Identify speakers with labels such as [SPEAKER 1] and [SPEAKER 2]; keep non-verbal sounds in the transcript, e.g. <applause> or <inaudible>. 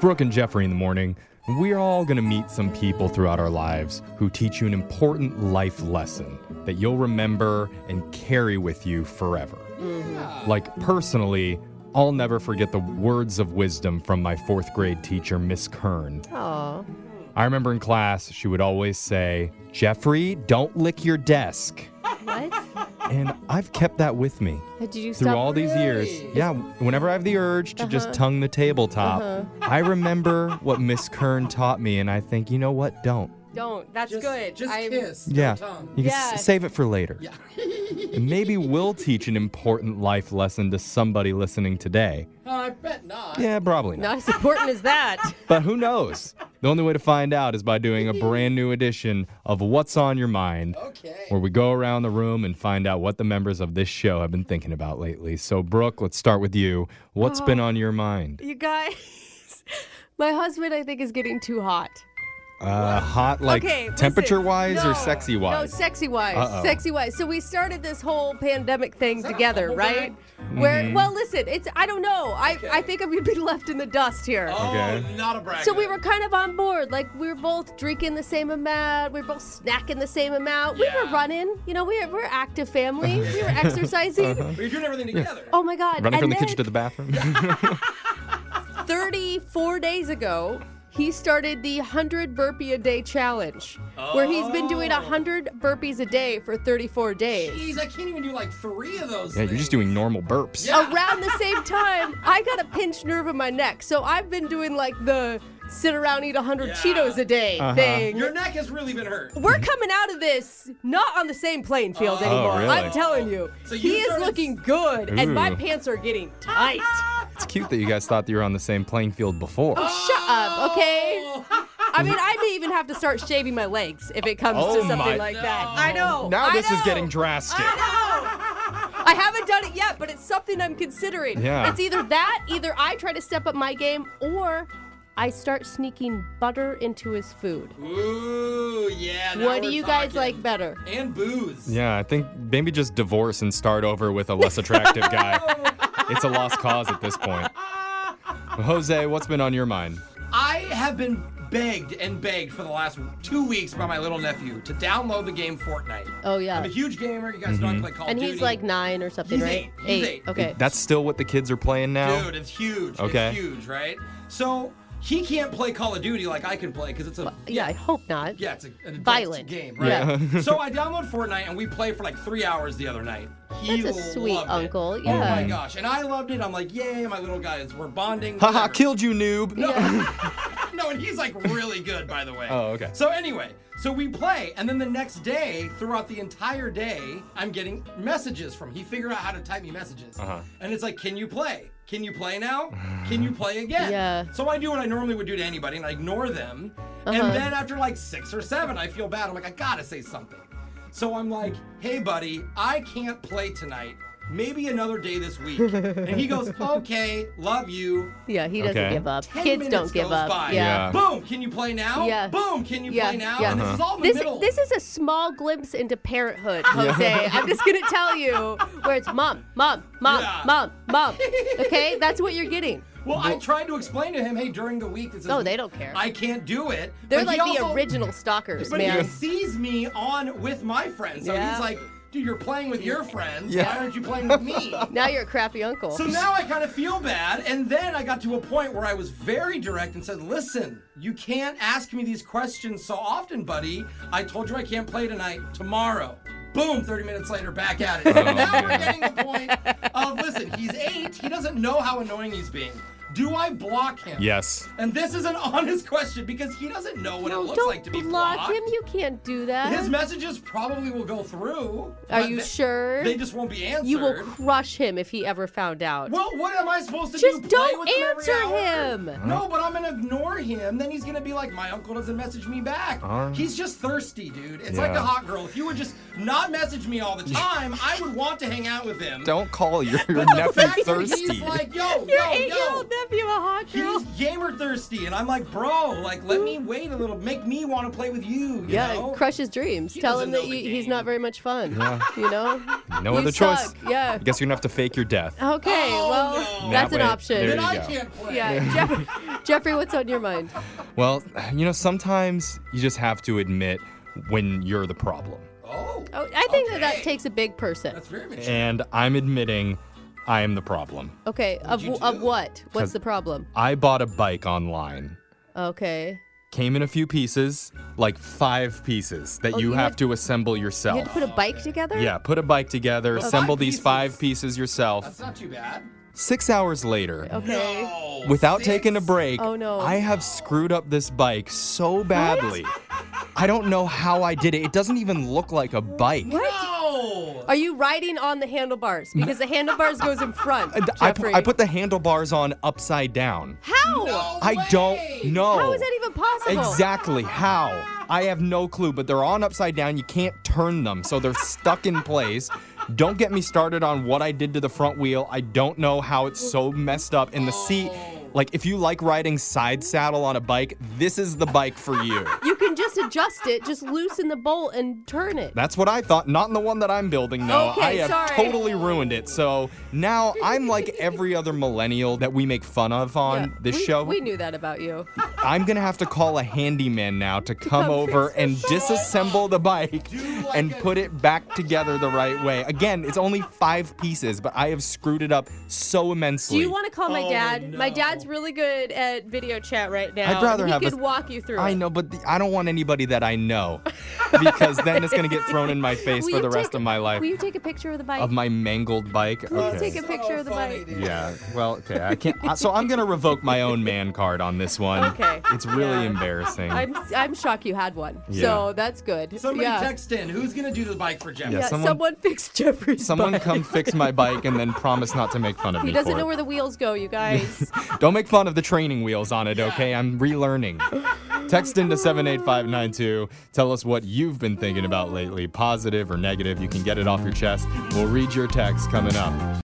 [SPEAKER 1] Brooke and Jeffrey in the morning. and We're all going to meet some people throughout our lives who teach you an important life lesson that you'll remember and carry with you forever. Like, personally, I'll never forget the words of wisdom from my fourth grade teacher, Miss Kern.
[SPEAKER 2] Aw.
[SPEAKER 1] I remember in class, she would always say, Jeffrey, don't lick your desk.
[SPEAKER 2] What?
[SPEAKER 1] And I've kept that with me
[SPEAKER 2] Did you
[SPEAKER 1] through
[SPEAKER 2] stop?
[SPEAKER 1] all these years. Yeah, whenever I have the urge to just tongue the tabletop, I remember what Miss Kern taught me, and I think, you know what? Don't.
[SPEAKER 2] Don't. That's
[SPEAKER 3] Just,
[SPEAKER 2] good.
[SPEAKER 3] Just
[SPEAKER 2] I'm-
[SPEAKER 3] kiss. no
[SPEAKER 1] Yeah,
[SPEAKER 3] tongue.
[SPEAKER 1] you can s-
[SPEAKER 2] Yeah.
[SPEAKER 1] save it for later. Yeah. <laughs> and maybe we'll teach an important life lesson to somebody listening today.
[SPEAKER 3] I bet not.
[SPEAKER 1] Yeah, probably not.
[SPEAKER 2] Not as important as that.
[SPEAKER 1] But who knows? The only way to find out is by doing a brand new edition of What's on Your Mind.
[SPEAKER 3] Okay.
[SPEAKER 1] where we go around the room and find out what the members of this show have been thinking about lately. So, Brooke, let's start with you. What's been on your mind?
[SPEAKER 2] <laughs> You guys, my husband, I think, is getting too hot.
[SPEAKER 1] Uh, hot, like
[SPEAKER 2] okay, listen.
[SPEAKER 1] temperature wise
[SPEAKER 2] No.
[SPEAKER 1] or sexy
[SPEAKER 2] No,
[SPEAKER 1] wise?
[SPEAKER 2] sexy wise.
[SPEAKER 1] Uh-oh.
[SPEAKER 2] Sexy wise. So we started this whole pandemic thing together,
[SPEAKER 3] whole
[SPEAKER 2] right?
[SPEAKER 1] Mm-hmm.
[SPEAKER 2] Where, well, listen, it's, I don't know. I, I think I'm going to be left in the dust here.
[SPEAKER 3] Oh,
[SPEAKER 1] Okay.
[SPEAKER 3] not a brag.
[SPEAKER 2] So we were kind of on board. Like we were both drinking the same amount. We were both snacking the same amount. We were
[SPEAKER 3] Yeah.
[SPEAKER 2] running. You know, we were, we're active family.
[SPEAKER 1] <laughs>
[SPEAKER 2] we were exercising.
[SPEAKER 3] We were doing everything together.
[SPEAKER 2] Oh my God.
[SPEAKER 1] Uh-huh. Running
[SPEAKER 2] and
[SPEAKER 1] from the
[SPEAKER 2] then
[SPEAKER 1] kitchen to the
[SPEAKER 2] <laughs>
[SPEAKER 1] bathroom?
[SPEAKER 2] 34 days ago, he started the 100 burpee a day challenge, where he's been doing 100 burpees a day for 34 days.
[SPEAKER 3] Jeez, I can't even do like three of those.
[SPEAKER 1] yeah, you're just doing normal burps.
[SPEAKER 3] Yeah.
[SPEAKER 2] Around the same time, I got a pinched nerve in my neck. So I've been doing like the sit around, eat 100
[SPEAKER 3] Yeah.
[SPEAKER 2] Cheetos a day
[SPEAKER 1] Uh-huh.
[SPEAKER 2] thing.
[SPEAKER 3] Your neck has really been hurt.
[SPEAKER 2] We're coming out of this not on the same playing field
[SPEAKER 3] Oh,
[SPEAKER 2] anymore.
[SPEAKER 1] really?
[SPEAKER 2] I'm telling you.
[SPEAKER 3] So you
[SPEAKER 2] he is
[SPEAKER 3] started-
[SPEAKER 2] looking good, and my
[SPEAKER 1] Ooh.
[SPEAKER 2] pants are getting tight.
[SPEAKER 1] It's cute that you guys thought that you were on the same playing field before.
[SPEAKER 2] Shut up, okay?
[SPEAKER 3] Oh,
[SPEAKER 2] I mean, I may even have to start shaving my legs if it comes
[SPEAKER 1] Oh
[SPEAKER 2] to something
[SPEAKER 1] my-
[SPEAKER 2] like that.
[SPEAKER 3] No.
[SPEAKER 2] I know.
[SPEAKER 1] now
[SPEAKER 2] I
[SPEAKER 1] this is
[SPEAKER 2] know.
[SPEAKER 1] getting drastic.
[SPEAKER 2] I haven't done it yet, but it's something I'm considering.
[SPEAKER 1] Yeah.
[SPEAKER 2] It's either that, either I try to step up my game, or I start sneaking butter into his food.
[SPEAKER 3] Ooh, yeah. now
[SPEAKER 2] what do
[SPEAKER 3] we're
[SPEAKER 2] you guys
[SPEAKER 3] talking.
[SPEAKER 2] like better?
[SPEAKER 3] And booze.
[SPEAKER 1] Yeah, I think maybe just divorce and start over with a less
[SPEAKER 2] <laughs>
[SPEAKER 1] attractive guy. it's a lost cause at this point. Jose, what's been on your mind?
[SPEAKER 3] I have been begged and begged for the last two weeks by my little nephew to download the game Fortnite.
[SPEAKER 2] Oh
[SPEAKER 3] I'm a
[SPEAKER 2] yeah.
[SPEAKER 3] huge gamer. You guys know
[SPEAKER 1] Mm-hmm.
[SPEAKER 3] I play Call
[SPEAKER 2] And
[SPEAKER 3] of
[SPEAKER 2] he's
[SPEAKER 3] Duty.
[SPEAKER 2] like nine or something,
[SPEAKER 3] He's
[SPEAKER 2] right?
[SPEAKER 3] eight. He's eight.
[SPEAKER 2] Okay.
[SPEAKER 1] That's still what the kids are playing now?
[SPEAKER 3] Dude, it's huge.
[SPEAKER 1] Okay.
[SPEAKER 3] It's huge, right? So he can't play Call of Duty like I can play because it's a
[SPEAKER 2] yeah, I hope not.
[SPEAKER 3] yeah, it's a, an adult
[SPEAKER 2] Violent.
[SPEAKER 3] game, right? <laughs> so I download Fortnite and we played for like three hours the other night. He
[SPEAKER 2] That's a sweet
[SPEAKER 3] loved it.
[SPEAKER 2] uncle,
[SPEAKER 3] Oh my
[SPEAKER 2] yeah.
[SPEAKER 3] gosh! And I loved it. I'm like, yay, my little guys, we're bonding.
[SPEAKER 1] Haha,
[SPEAKER 3] whatever.
[SPEAKER 1] killed you, noob.
[SPEAKER 2] Yeah.
[SPEAKER 3] <laughs> No, and he's like really good, by the way.
[SPEAKER 1] Oh, okay.
[SPEAKER 3] So anyway, so we play, and then the next day, throughout the entire day, I'm getting messages from. He figured out how to type me messages,
[SPEAKER 1] Uh-huh.
[SPEAKER 3] and it's like, can you play? Can you play now? Can you play
[SPEAKER 2] <laughs>
[SPEAKER 3] again?
[SPEAKER 2] Yeah.
[SPEAKER 3] So I do what I normally would do to anybody, and I ignore them.
[SPEAKER 2] Uh-huh.
[SPEAKER 3] And then after like six or seven, I feel bad. I'm like, I gotta say something. So I'm like, hey buddy, I can't play tonight. Maybe another day this
[SPEAKER 2] <laughs>
[SPEAKER 3] week. and he goes, okay, love you.
[SPEAKER 2] <laughs> yeah, he doesn't
[SPEAKER 1] Okay.
[SPEAKER 2] give up.
[SPEAKER 3] 10
[SPEAKER 2] Kids
[SPEAKER 3] minutes
[SPEAKER 2] don't give
[SPEAKER 3] goes
[SPEAKER 2] up.
[SPEAKER 3] By.
[SPEAKER 2] Yeah.
[SPEAKER 1] Yeah.
[SPEAKER 3] Boom! Can you play now?
[SPEAKER 2] Yeah.
[SPEAKER 3] Oh, Boom! Can you
[SPEAKER 2] Yeah,
[SPEAKER 3] play now?
[SPEAKER 2] yeah. Uh-huh.
[SPEAKER 3] And this is all in the
[SPEAKER 2] This,
[SPEAKER 3] middle.
[SPEAKER 2] this is a small glimpse into
[SPEAKER 3] <laughs>
[SPEAKER 2] parenthood, Jose. I'm just gonna tell you where it's mom, mom, mom,
[SPEAKER 3] Yeah.
[SPEAKER 2] mom, mom. Okay, that's what you're getting.
[SPEAKER 3] well, I tried to explain to him, hey, during the week, this is.
[SPEAKER 2] No, they don't care.
[SPEAKER 3] I can't do it.
[SPEAKER 2] They're
[SPEAKER 3] But he
[SPEAKER 2] like the
[SPEAKER 3] also-
[SPEAKER 2] original stalkers,
[SPEAKER 3] But
[SPEAKER 2] man.
[SPEAKER 3] he sees me on with my friends, so
[SPEAKER 2] Yeah.
[SPEAKER 3] he's like, dude, you're playing with your friends.
[SPEAKER 1] Yeah.
[SPEAKER 3] Why aren't you playing
[SPEAKER 2] <laughs>
[SPEAKER 3] with me?
[SPEAKER 2] Now you're a crappy uncle.
[SPEAKER 3] So now I kind of feel bad, and then I got to a point where I was very direct and said, "Listen, you can't ask me these questions so often, buddy. I told you I can't play tonight. Tomorrow." Boom, 30 minutes later, back at it. So
[SPEAKER 1] Oh,
[SPEAKER 3] now we're
[SPEAKER 1] man.
[SPEAKER 3] getting the point of listen, he's eight, he doesn't know how annoying he's being. Do I block him?
[SPEAKER 1] Yes.
[SPEAKER 3] And this is an <laughs> honest question because he doesn't know what it
[SPEAKER 2] No,
[SPEAKER 3] looks
[SPEAKER 2] don't
[SPEAKER 3] like to be
[SPEAKER 2] block
[SPEAKER 3] blocked.
[SPEAKER 2] him. You can't do that.
[SPEAKER 3] His messages probably will go through.
[SPEAKER 2] Are
[SPEAKER 3] but
[SPEAKER 2] you
[SPEAKER 3] they-
[SPEAKER 2] sure?
[SPEAKER 3] They just won't be answered.
[SPEAKER 2] you will crush him if he ever found out.
[SPEAKER 3] Well, what am I supposed to
[SPEAKER 2] Just
[SPEAKER 3] do?
[SPEAKER 2] don't
[SPEAKER 3] Play with
[SPEAKER 2] answer
[SPEAKER 3] him. every hour?
[SPEAKER 2] him.
[SPEAKER 3] No, but I'm gonna ignore him. Then he's gonna be like, my uncle doesn't message me back.
[SPEAKER 1] Alright.
[SPEAKER 3] He's just thirsty, dude. It's
[SPEAKER 1] Yeah.
[SPEAKER 3] like a hot girl. If you would just not message me all the time, I would want to hang out with him.
[SPEAKER 1] Don't call
[SPEAKER 2] <laughs>
[SPEAKER 1] your, your
[SPEAKER 3] The
[SPEAKER 1] nephew
[SPEAKER 3] fact that
[SPEAKER 1] thirsty.
[SPEAKER 3] he's like,
[SPEAKER 2] Your
[SPEAKER 3] yo, yo, yo.
[SPEAKER 2] eight-year-old nephew, a hot girl.
[SPEAKER 3] He's gamer thirsty, and I'm like, bro, like, let me wait a little. Make me want to play with you. you
[SPEAKER 2] Yeah,
[SPEAKER 3] know?
[SPEAKER 2] crush his dreams. Tell him
[SPEAKER 3] doesn't
[SPEAKER 2] that
[SPEAKER 3] know the
[SPEAKER 2] you, he's
[SPEAKER 3] game.
[SPEAKER 2] not very much fun. You know?
[SPEAKER 1] no
[SPEAKER 2] You
[SPEAKER 1] other
[SPEAKER 2] suck.
[SPEAKER 1] choice.
[SPEAKER 2] Yeah.
[SPEAKER 1] I guess you're gonna have to fake your death.
[SPEAKER 2] Okay,
[SPEAKER 3] Oh,
[SPEAKER 2] well,
[SPEAKER 3] no.
[SPEAKER 2] that's
[SPEAKER 1] That
[SPEAKER 2] an
[SPEAKER 1] way-
[SPEAKER 2] option.
[SPEAKER 1] there
[SPEAKER 3] Then
[SPEAKER 1] you
[SPEAKER 3] I
[SPEAKER 1] go.
[SPEAKER 3] can't play.
[SPEAKER 2] Yeah, Jeff- <laughs> Jeffrey, what's on your mind?
[SPEAKER 1] Well, you know, sometimes you just have to admit when you're the problem.
[SPEAKER 3] Oh.
[SPEAKER 2] Oh, I think that that
[SPEAKER 3] okay.
[SPEAKER 2] takes a big person.
[SPEAKER 3] That's very mature.
[SPEAKER 1] And I'm admitting I am the problem.
[SPEAKER 2] Okay, of,
[SPEAKER 3] you
[SPEAKER 2] of
[SPEAKER 3] do?
[SPEAKER 2] what? What's the problem?
[SPEAKER 1] I bought a bike online.
[SPEAKER 2] Okay.
[SPEAKER 1] Came in a few pieces, like five pieces that
[SPEAKER 2] Oh,
[SPEAKER 1] you,
[SPEAKER 2] you
[SPEAKER 1] have
[SPEAKER 2] had-
[SPEAKER 1] to assemble yourself.
[SPEAKER 2] You had to put a bike together?
[SPEAKER 1] yeah, put a bike together, assemble
[SPEAKER 3] five
[SPEAKER 1] these
[SPEAKER 3] pieces?
[SPEAKER 1] five pieces yourself.
[SPEAKER 3] That's not too bad.
[SPEAKER 1] Six hours later,
[SPEAKER 2] Okay.
[SPEAKER 3] No,
[SPEAKER 1] without
[SPEAKER 3] six?
[SPEAKER 1] taking a break,
[SPEAKER 2] Oh, no.
[SPEAKER 1] I have screwed up this bike
[SPEAKER 2] <laughs>
[SPEAKER 1] so badly. I don't know how I did it. It doesn't even look like a bike.
[SPEAKER 3] No.
[SPEAKER 2] Are you riding on the handlebars? Because the handlebars goes in front.
[SPEAKER 1] I, pu-
[SPEAKER 2] Jeffrey.
[SPEAKER 1] I put the handlebars on upside down.
[SPEAKER 2] How?
[SPEAKER 3] No
[SPEAKER 1] I
[SPEAKER 3] way.
[SPEAKER 1] don't know.
[SPEAKER 2] How is that even possible?
[SPEAKER 1] Exactly how? I have no clue, but they're on upside down. You can't turn them, so they're stuck in place. Don't get me started on what I did to the front wheel. I don't know how it's so messed up. And the seat, like, if you like riding side saddle on a bike, this is the bike for you.
[SPEAKER 2] You can just adjust it, just loosen the bolt and turn it.
[SPEAKER 1] That's what I thought. Not in the one that I'm building, though.
[SPEAKER 2] Okay,
[SPEAKER 1] I have
[SPEAKER 2] sorry.
[SPEAKER 1] totally ruined it. So now I'm like every other millennial that we make fun of on
[SPEAKER 2] Yeah,
[SPEAKER 1] this
[SPEAKER 2] we,
[SPEAKER 1] show.
[SPEAKER 2] We knew that about you.
[SPEAKER 1] I'm gonna have to call a handyman now to come
[SPEAKER 2] come
[SPEAKER 1] over
[SPEAKER 2] fix the
[SPEAKER 1] and disassemble the bike
[SPEAKER 3] like
[SPEAKER 1] and
[SPEAKER 3] a-
[SPEAKER 1] put it back together the right way. Again, it's only five pieces, but I have screwed it up so
[SPEAKER 2] Do
[SPEAKER 1] immensely.
[SPEAKER 2] you want to call my
[SPEAKER 3] Oh,
[SPEAKER 2] dad? My
[SPEAKER 3] no.
[SPEAKER 2] dad's really good at video chat right now.
[SPEAKER 1] I'd rather
[SPEAKER 2] and he
[SPEAKER 1] have a-
[SPEAKER 2] could walk you through.
[SPEAKER 1] I
[SPEAKER 2] it.
[SPEAKER 1] know, but the, I don't want anybody that I
[SPEAKER 2] <laughs>
[SPEAKER 1] know because then it's gonna get thrown in my face
[SPEAKER 2] Will
[SPEAKER 1] for
[SPEAKER 2] you
[SPEAKER 1] the
[SPEAKER 2] take-
[SPEAKER 1] rest of my life
[SPEAKER 2] Will you take a picture of the bike?
[SPEAKER 1] of my mangled bike.
[SPEAKER 2] Please
[SPEAKER 1] okay.
[SPEAKER 2] take a picture of the
[SPEAKER 3] funny,
[SPEAKER 2] bike.
[SPEAKER 3] dude.
[SPEAKER 1] yeah. Well, okay. I can't. I, so I'm gonna revoke my own man card on this one.
[SPEAKER 2] <laughs> Okay.
[SPEAKER 1] It's really
[SPEAKER 2] Yeah.
[SPEAKER 1] embarrassing.
[SPEAKER 2] I'm I'm shocked you had one.
[SPEAKER 1] Yeah.
[SPEAKER 2] So that's good.
[SPEAKER 3] Somebody
[SPEAKER 2] yeah.
[SPEAKER 3] text in. Who's gonna do the bike for Jeff?
[SPEAKER 1] Yeah,
[SPEAKER 2] Yeah,
[SPEAKER 1] someone-
[SPEAKER 2] someone, fix Jeffrey's
[SPEAKER 1] Someone
[SPEAKER 2] bike.
[SPEAKER 1] come fix my bike and then promise not to make fun of
[SPEAKER 2] He
[SPEAKER 1] me.
[SPEAKER 2] doesn't
[SPEAKER 1] for
[SPEAKER 2] know
[SPEAKER 1] it.
[SPEAKER 2] where the wheels
[SPEAKER 1] <laughs>
[SPEAKER 2] go, you guys.
[SPEAKER 1] Don't make fun of the training wheels on it, okay? I'm relearning. Text into 78592. Tell us what you've been thinking about lately, positive or negative. You can get it off your chest. We'll read your text coming up.